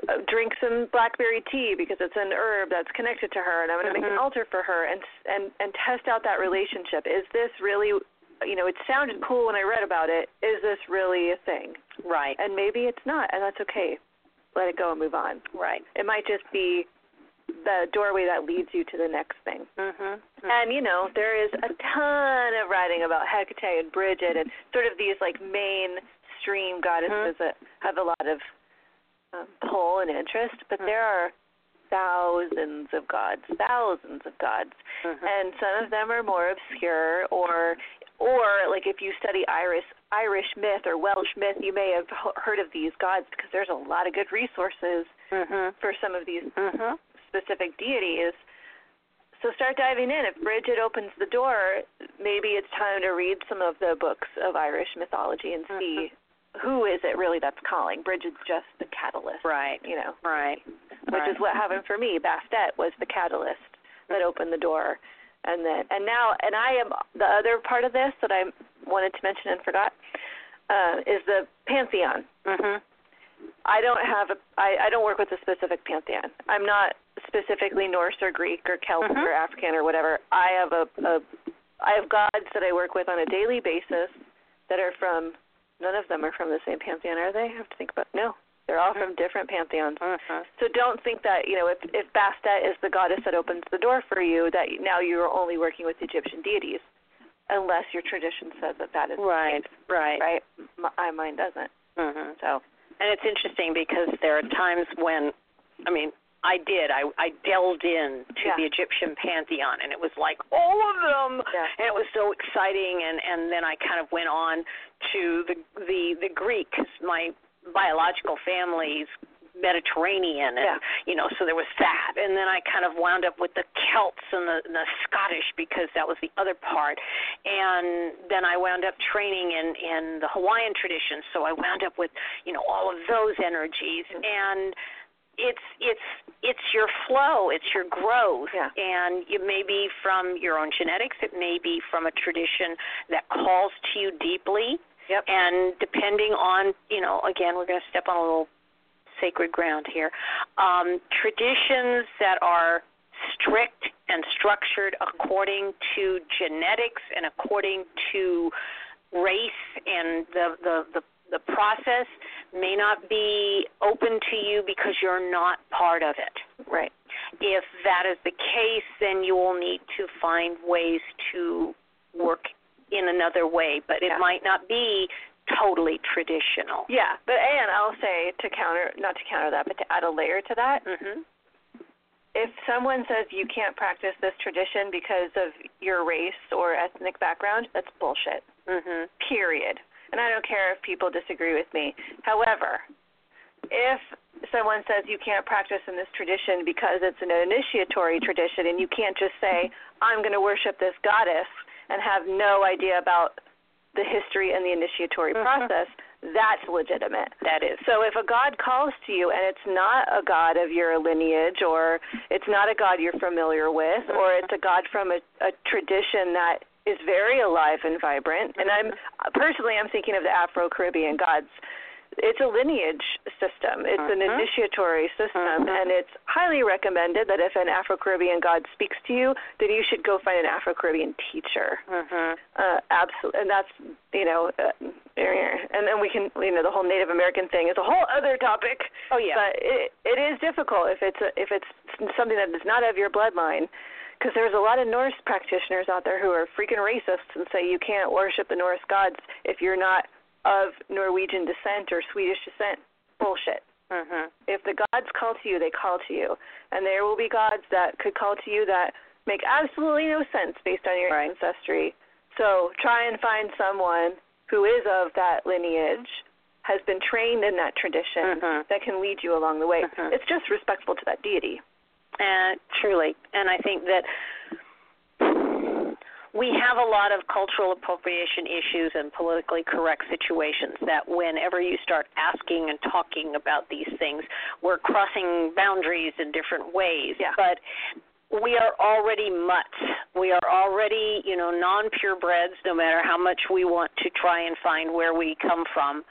C: uh, drink some blackberry tea because it's an herb that's connected to her, and I'm going to make an
B: Mhm.
C: altar for her and s- and and test out that relationship. Is this really, you know, it sounded cool when I read about it. Is this really a thing?
B: right.
C: And maybe it's not, and that's okay. Let it go and move on.
B: right.
C: It might just be the doorway that leads you to the next thing.
B: Mhm. Mhm.
C: And you know, there is a ton of writing about Hecate and Bridget and sort of these like mainstream goddesses that have a lot of um, pull and interest, but
B: Mhm.
C: there are thousands of gods, thousands of gods,
B: Mhm.
C: and some of them are more obscure or or like if you study Irish Irish myth or Welsh myth, you may have he- heard of these gods because there's a lot of good resources
B: Mhm.
C: for some of these
B: Mhm.
C: specific deities. So start diving in. If Bridget opens the door, maybe it's time to read some of the books of Irish mythology and
B: Mm-hmm.
C: see who is it really that's calling. Bridget's just the catalyst,
B: Right.
C: you know,
B: Right.
C: which
B: right.
C: is what happened for me. Bastet was the catalyst that opened the door, and then and now and I am the other part of this that I wanted to mention and forgot uh, is the pantheon.
B: Mhm.
C: I don't have a I, I don't work with a specific pantheon. I'm not specifically Norse or Greek or Celtic
B: Mhm.
C: or African or whatever. I have a, a I have gods that I work with on a daily basis that are from none of them are from the same pantheon, are they? I have to think about no. They're all
B: Mm-hmm.
C: from different pantheons.
B: Mhm.
C: So don't think that, you know, if if Bastet is the goddess that opens the door for you that now you're only working with Egyptian deities unless your tradition says that that is
B: Right. Right.
C: right. My, I- mine doesn't.
B: Mhm.
C: So,
B: And it's interesting because there are times when, I mean, I did. I I delved in to
C: Yeah.
B: the Egyptian pantheon, and it was like all of them,
C: Yeah.
B: and it was so exciting. And and then I kind of went on to the the the Greek 'cause my biological family's Mediterranean, and
C: Yeah.
B: you know, so there was that. And then I kind of wound up with the Celts and the, and the Scottish because that was the other part. And then I wound up training in in the Hawaiian tradition, so I wound up with you know all of those energies and it's it's it's your flow it's your growth
C: Yeah.
B: and it may be from your own genetics it may be from a tradition that calls to you deeply
C: yep.
B: and depending on you know again we're going to step on a little sacred ground here um, traditions that are strict and structured according to genetics and according to race and the the the, the process may not be open to you because you're not part of it
C: Right.
B: if that is the case, then you will need to find ways to work in another way, but it
C: Yeah.
B: might not be totally traditional.
C: Yeah, but and I'll say to counter, not to counter that, but to add a layer to that.
B: Mhm.
C: If someone says you can't practice this tradition because of your race or ethnic background, that's bullshit.
B: Mhm.
C: Period. And I don't care if people disagree with me. However, if someone says you can't practice in this tradition because it's an initiatory tradition and you can't just say, I'm going to worship this goddess and have no idea about the history and the initiatory
B: Mhm.
C: process, that's legitimate.
B: That is.
C: So if a god calls to you and it's not a god of your lineage
B: Mm-hmm.
C: or it's not a god you're familiar with or it's a god from a, a tradition that is very alive and vibrant. And I'm personally I'm thinking of the Afro Caribbean gods. It's a lineage system. It's an
B: Mhm.
C: initiatory system,
B: Mhm.
C: and it's highly recommended that if an Afro Caribbean god speaks to you, that you should go find an Afro Caribbean teacher.
B: Mhm.
C: Uh, absolutely, and that's you know, uh, and then we can you know the whole Native American thing is a whole other topic.
B: Oh yeah.
C: But it, it is difficult if it's a, if it's something that is not of your bloodline, because there's a lot of Norse practitioners out there who are freaking racists and say you can't worship the Norse gods if you're not of Norwegian descent or Swedish descent. Bullshit.
B: mhm.
C: If the gods call to you, they call to you, and there will be gods that could call to you that make absolutely no sense based on your
B: Right.
C: ancestry. So try and find someone who is of that lineage, has been trained in that tradition,
B: Mhm.
C: that can lead you along the way.
B: Mhm.
C: It's just respectful to that deity.
B: And Uh, truly, and I think that we have a lot of cultural appropriation issues and politically correct situations that whenever you start asking and talking about these things, we're crossing boundaries in different ways.
C: Yeah.
B: But we are already mutts. We are already, you know, non purebreds, no matter how much we want to try and find where we come from.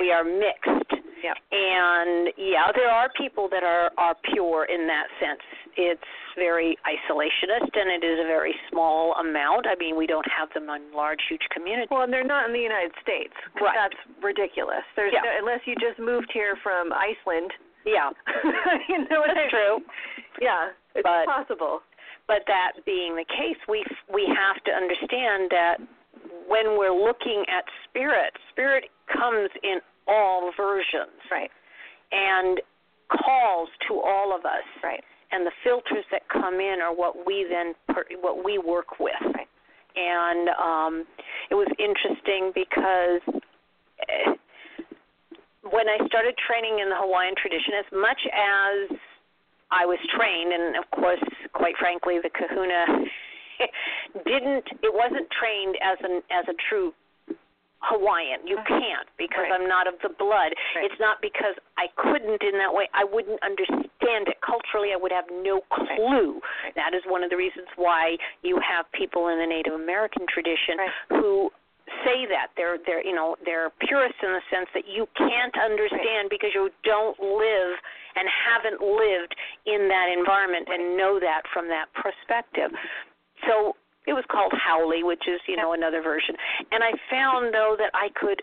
B: We are mixed.
C: Yeah.
B: And yeah, there are people that are are pure in that sense. It's very isolationist, and it is a very small amount. I mean, we don't have them in large, huge communities.
C: Well, and they're not in the United States. 'cause
B: Right.
C: That's ridiculous. There's
B: Yeah.
C: no, unless you just moved here from Iceland.
B: Yeah,
C: you know what I mean?
B: that's true.
C: Yeah, it's
B: But-
C: possible.
B: But that being the case, we we have to understand that when we're looking at spirit, spirit comes in all versions
C: Right.
B: and calls to all of us.
C: Right.
B: and the filters that come in are what we then per, what we work with
C: Right.
B: and um it was interesting because eh, when i started training in the hawaiian tradition as much as i was trained and of course quite frankly the kahuna didn't it wasn't trained as an as a true Hawaiian.
C: Uh-huh.
B: You can't because
C: Right.
B: I'm not of the blood.
C: Right.
B: It's not because I couldn't in that way. I wouldn't understand it culturally. I would have no clue.
C: Right.
B: That is one of the reasons why you have people in the Native American tradition
C: Right.
B: who say that they're they're you know they're purists in the sense that you can't understand because you don't live and haven't lived in that environment and know that from that perspective. So it was called Howley, which is you know another version. And I found though that I could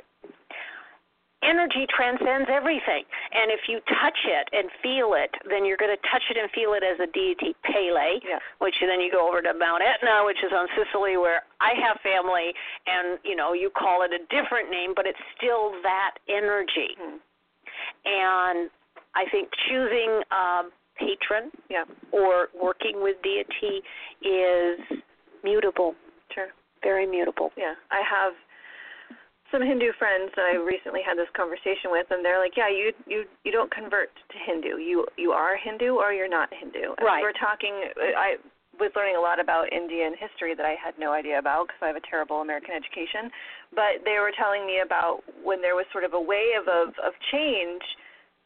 B: energy transcends everything. And if you touch it and feel it, then you're going to touch it and feel it as a deity Pele,
C: Yeah.
B: which then you go over to Mount Etna, which is on Sicily where I have family and you know you call it a different name, but it's still that energy.
C: Mhm.
B: And I think choosing um patron
C: Yeah.
B: or working with deity is mutable,
C: Sure.
B: very mutable.
C: Yeah. I have some Hindu friends that I recently had this conversation with, and they're like, "Yeah, you you you don't convert to Hindu. You you are Hindu or you're not Hindu." And
B: Right.
C: We're talking. uh, I was learning a lot about Indian history that I had no idea about because I have a terrible American education. But they were telling me about when there was sort of a wave of of change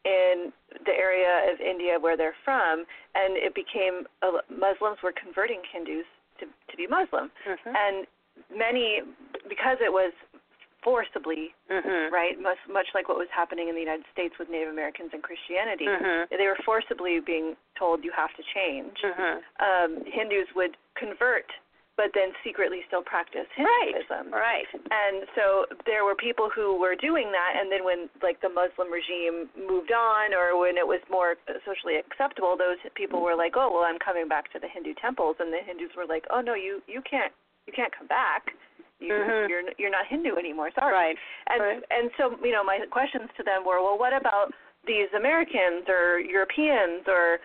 C: in the area of India where they're from, and it became uh, Muslims were converting Hindus to to be Muslim
B: Mm-hmm.
C: and many because it was forcibly
B: Mm-hmm.
C: right much much like what was happening in the United States with Native Americans and Christianity
B: Mm-hmm.
C: they were forcibly being told you have to change
B: Mm-hmm.
C: um Hindus would convert but then secretly still practice
B: Right.
C: Hinduism
B: Right.
C: and so there were people who were doing that and then when like the Muslim regime moved on or when it was more socially acceptable those people were like oh well I'm coming back to the Hindu temples and the Hindus were like oh no you you can't you can't come back you
B: Mhm.
C: you're you're not Hindu anymore sorry
B: Right.
C: and
B: Right.
C: and so you know my questions to them were well what about these Americans or Europeans or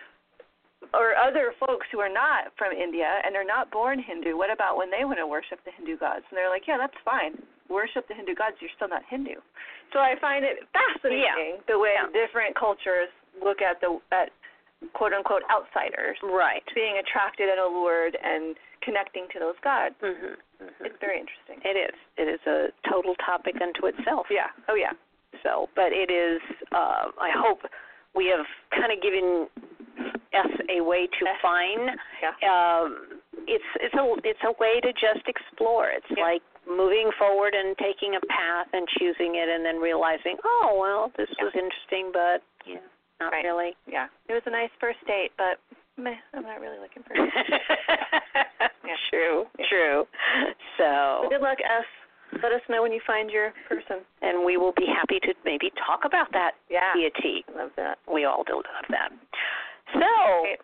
C: or other folks who are not from India and are not born Hindu, what about when they want to worship the Hindu gods? And they're like, yeah, that's fine. Worship the Hindu gods, you're still not Hindu. So I find it fascinating the way
B: Yeah.
C: different cultures look at the at quote unquote outsiders
B: Right.
C: being attracted and allured and connecting to those gods.
B: Mm-hmm.
C: It's very interesting.
B: It is. It is a total topic unto itself.
C: Yeah. Oh yeah.
B: So, but it is. Uh, I hope we have kind of given us a way to
C: Yeah.
B: find,
C: Yeah.
B: um, it's it's a it's a way to just explore. It's
C: Yeah.
B: like moving forward and taking a path and choosing it, and then realizing, oh well, this was interesting, but yeah, not
C: Right.
B: really.
C: Yeah. It was a nice first date, but meh, I'm not really looking for it.
B: True, true.
C: Well,
B: So,
C: good luck, S. Let us know when you find your person.
B: and we will be happy to maybe talk about that
C: Yeah.
B: deity.
C: I love that.
B: We all do love that. So,
C: Great.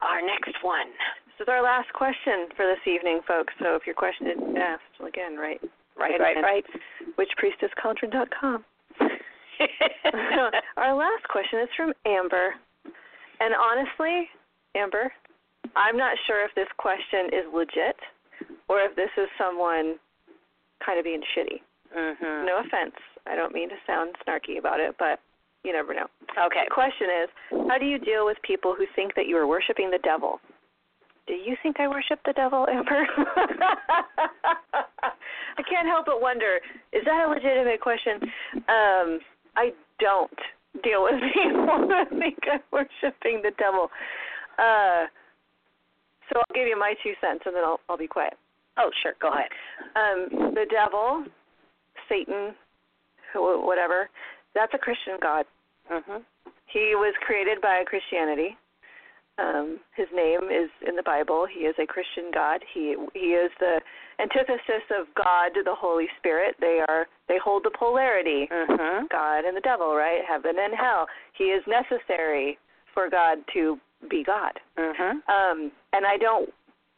B: our next one.
C: This is our last question for this evening, folks. So if your question isn't asked, well, again, right?
B: Right,
C: Right,
B: right, right.
C: WitchPriestessCauldron.com. our last question is from Amber. And honestly, Amber, I'm not sure if this question is legit or if this is someone kind of being shitty.
B: mm-hmm.
C: No offense. I don't mean to sound snarky about it, but you never know.
B: Okay.
C: The question is How do you deal with people who think that you are worshiping the devil? Do you think I worship the devil, Amber? I can't help but wonder is that a legitimate question? Um, I don't deal with people who think I'm worshiping the devil. Uh, so I'll give you my two cents and then I'll, I'll be quiet
B: Oh, sure. Go ahead.
C: um, the devil, Satan, who, whatever, that's a Christian god.
B: Mm-hmm.
C: He was created by Christianity. Um, his name is in the Bible. He is a Christian God. He he is the antithesis of God, the Holy Spirit. They are they hold the polarity.
B: Mm-hmm.
C: God and the devil, right? Heaven and hell. He is necessary for God to be God.
B: Mm-hmm.
C: Um, and I don't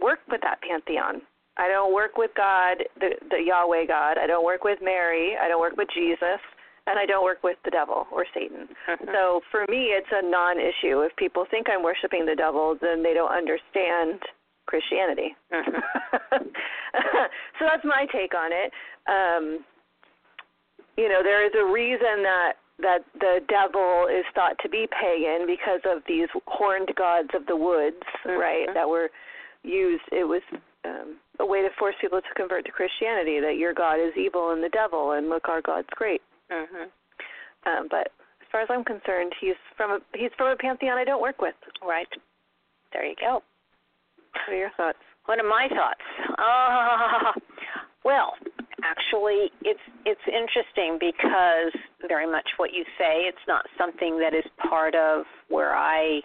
C: work with that pantheon. I don't work with God, the, the Yahweh God. I don't work with Mary. I don't work with Jesus. And I don't work with the devil or Satan.
B: Uh,
C: So for me, it's a non issue. If people think I'm worshiping the devil, then they don't understand Christianity.
B: Mm-hmm.
C: so that's my take on it. Um, you know, there is a reason that that the devil is thought to be pagan because of these horned gods of the woods, right?
B: Mhm.
C: That were used. It was um, a way to force people to convert to Christianity. That your god is evil and the devil, and look, our god's great.
B: Mm-hmm.
C: Um, but as far as I'm concerned, he's from a he's from a pantheon I don't work with.
B: Right. There you go.
C: What are your thoughts?
B: What are my thoughts? Ah, well, actually, it's it's interesting because very much what you say. It's not something that is part of where I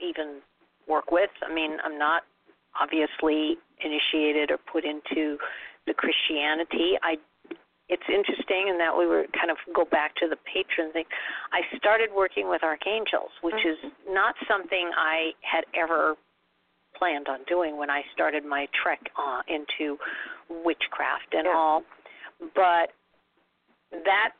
B: even work with. I mean, I'm not obviously initiated or put into the Christianity. I it's interesting in that we were kind of go back to the patron thing. I started working with archangels, which is not something I had ever planned on doing when I started my trek uh, into witchcraft and
C: Yeah.
B: all. But that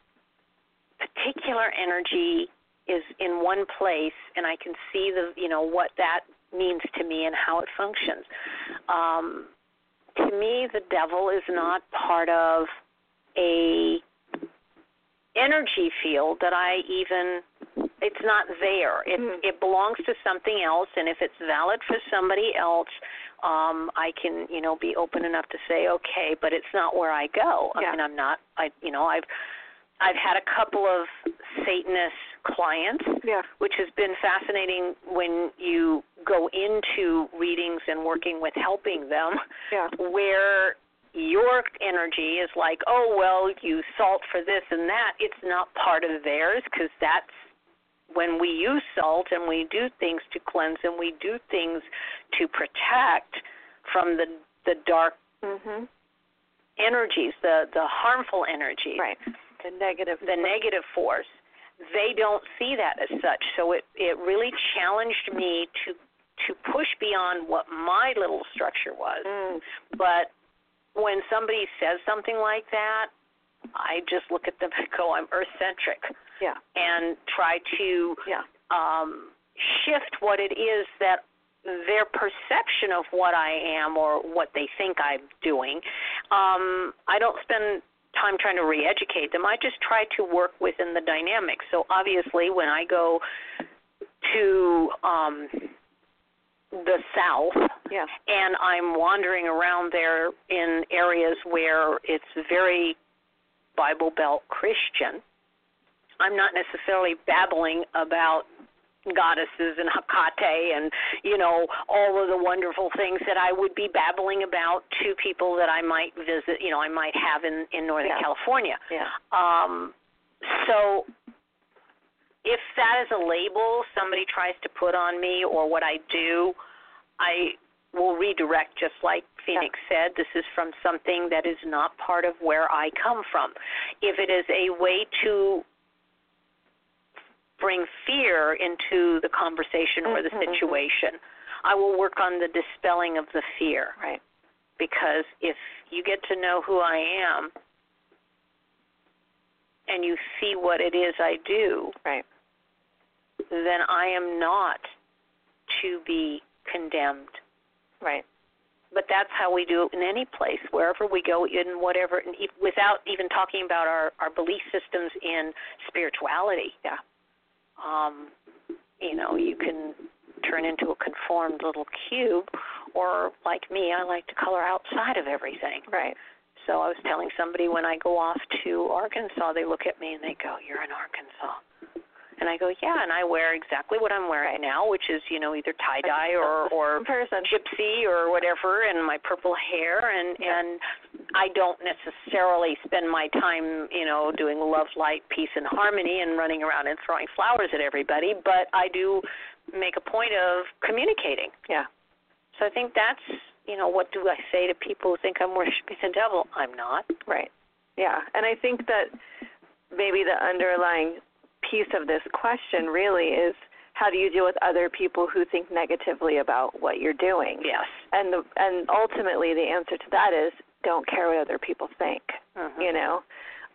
B: particular energy is in one place, and I can see the you know what that means to me and how it functions. Um, to me, the devil is not part of a energy field that I even it's not there. It
C: Hmm.
B: it belongs to something else and if it's valid for somebody else, um I can, you know, be open enough to say okay, but it's not where I go. I
C: Yeah.
B: mean, I'm not I you know, I've I've had a couple of Satanist clients
C: Yeah.
B: which has been fascinating when you go into readings and working with helping them
C: Yeah.
B: where your energy is like, oh, well, you salt for this and that, it's not part of theirs because that's when we use salt and we do things to cleanse and we do things to protect from the the dark
C: Mhm.
B: energies, the the harmful energies
C: Right. The negative.
B: the negative force they don't see that as such so it it really challenged me to to push beyond what my little structure was
C: Mm.
B: but when somebody says something like that i just look at them and go i'm earth centric
C: Yeah.
B: and try to
C: Yeah.
B: um, shift what it is that their perception of what I am or what they think I'm doing. Um, I don't spend time trying to re educate them. I just try to work within the dynamics. So obviously, when I go to um, the South,
C: Yeah.
B: and I'm wandering around there in areas where it's very Bible Belt Christian, I'm not necessarily babbling about goddesses and Hecate and you know all of the wonderful things that I would be babbling about to people that I might visit, you know, I might have in in Northern
C: Yeah.
B: California.
C: Yeah.
B: Um, so if that is a label somebody tries to put on me or what I do, I will redirect just like Phoenix said, this is from something that is not part of where I come from. If it is a way to bring fear into the conversation or the
C: Mhm, mhm.
B: situation, I will work on the dispelling of the fear
C: Right.
B: because if you get to know who I am and you see what it is I do,
C: Right.
B: then I am not to be condemned.
C: Right.
B: But that's how we do it in any place, wherever we go, in whatever, and e- without even talking about our, our belief systems in spirituality.
C: Yeah.
B: Um, you know, you can turn into a conformed little cube, or like me, I like to color outside of everything.
C: Right.
B: So I was telling somebody when I go off to Arkansas, they look at me and they go, "You're in Arkansas." And I go, "Yeah," and I wear exactly what I'm wearing now, which is, you know, either tie-dye or or
C: In person.
B: gypsy or whatever and my purple hair and
C: Yeah.
B: and I don't necessarily spend my time, you know, doing love, light, peace and harmony and running around and throwing flowers at everybody, but I do make a point of communicating.
C: Yeah.
B: So I think that's, you know, what do I say to people who think I'm worshiping the devil? I'm not.
C: Right. Yeah. And I think that maybe the underlying piece of this question really is how do you deal with other people who think negatively about what you're doing?
B: Yes.
C: And the and ultimately the answer to that is don't care what other people think.
B: Mhm.
C: You know,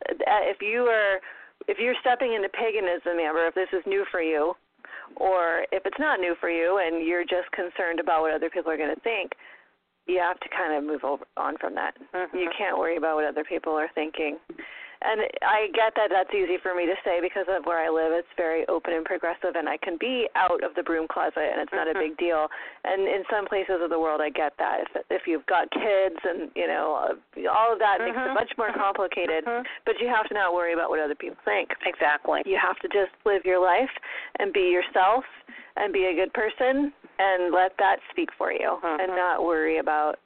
C: Uh, if you are if you're stepping into paganism, Amber, if this is new for you, or if it's not new for you and you're just concerned about what other people are going to think, you have to kind of move over, on from that
B: Mhm.
C: you can't worry about what other people are thinking. And I get that that's easy for me to say because of where I live. It's very open and progressive, and I can be out of the broom closet, and it's not a big deal. And in some places of the world, I get that. If if you've got kids, and you know, all of that makes it
B: Mhm.
C: much more complicated.
B: Mhm.
C: But you have to not worry about what other people think.
B: Exactly.
C: You have to just live your life and be yourself and be a good person and let that speak for you
B: Mhm.
C: and not worry about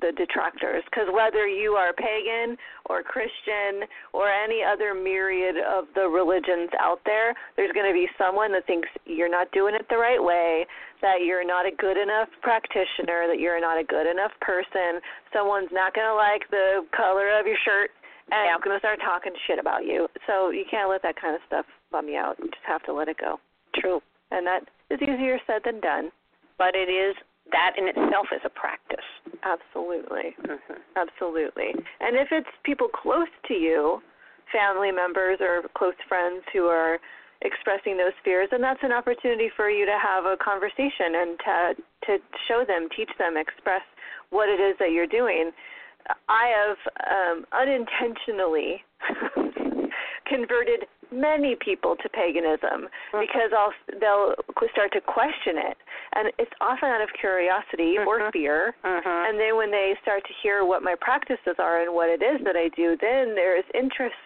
C: the detractors because whether you are pagan or Christian or any other myriad of the religions out there, there's going to be someone that thinks you're not doing it the right way, that you're not a good enough practitioner, that you're not a good enough person. Someone's not going to like the color of your shirt and
B: Yeah.
C: I'm going to start talking shit about you. So you can't let that kind of stuff bum you out. You just have to let it go.
B: True.
C: And that is easier said than done.
B: But it is that in itself is a practice.
C: Absolutely.
B: hmm
C: Absolutely. And if it's people close to you, family members or close friends who are expressing those fears, then that's an opportunity for you to have a conversation and to to show them, teach them, express what it is that you're doing. I have um, unintentionally converted many people to paganism because I'll, they'll start to question it, and it's often out of curiosity or
B: Mhm.
C: fear. And then when they start to hear what my practices are and what it is that I do, then there is interest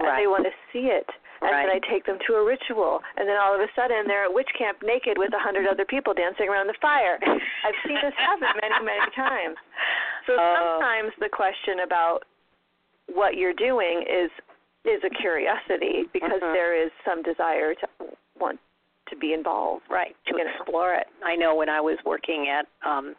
C: and they
B: Right.
C: want to see it. And then I
B: Right.
C: take them to a ritual. And then all of a sudden they're at witch camp naked with a hundred other people dancing around the fire. I've seen this happen many, many times. So
B: Oh.
C: sometimes the question about what you're doing is is a curiosity because
B: Mhm.
C: there is some desire to want to be involved.
B: right to
C: you know.
B: explore it i know when i was working at um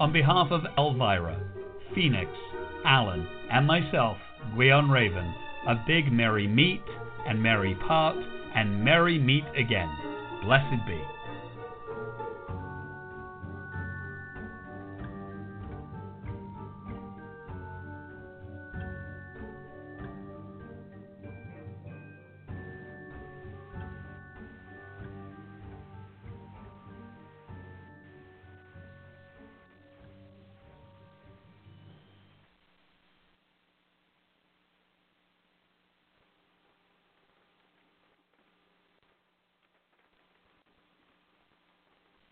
A: On behalf of Elvira, Phoenix, Alan, and myself, Gwion Raven, a big merry meet and merry part and merry meet again. Blessed be.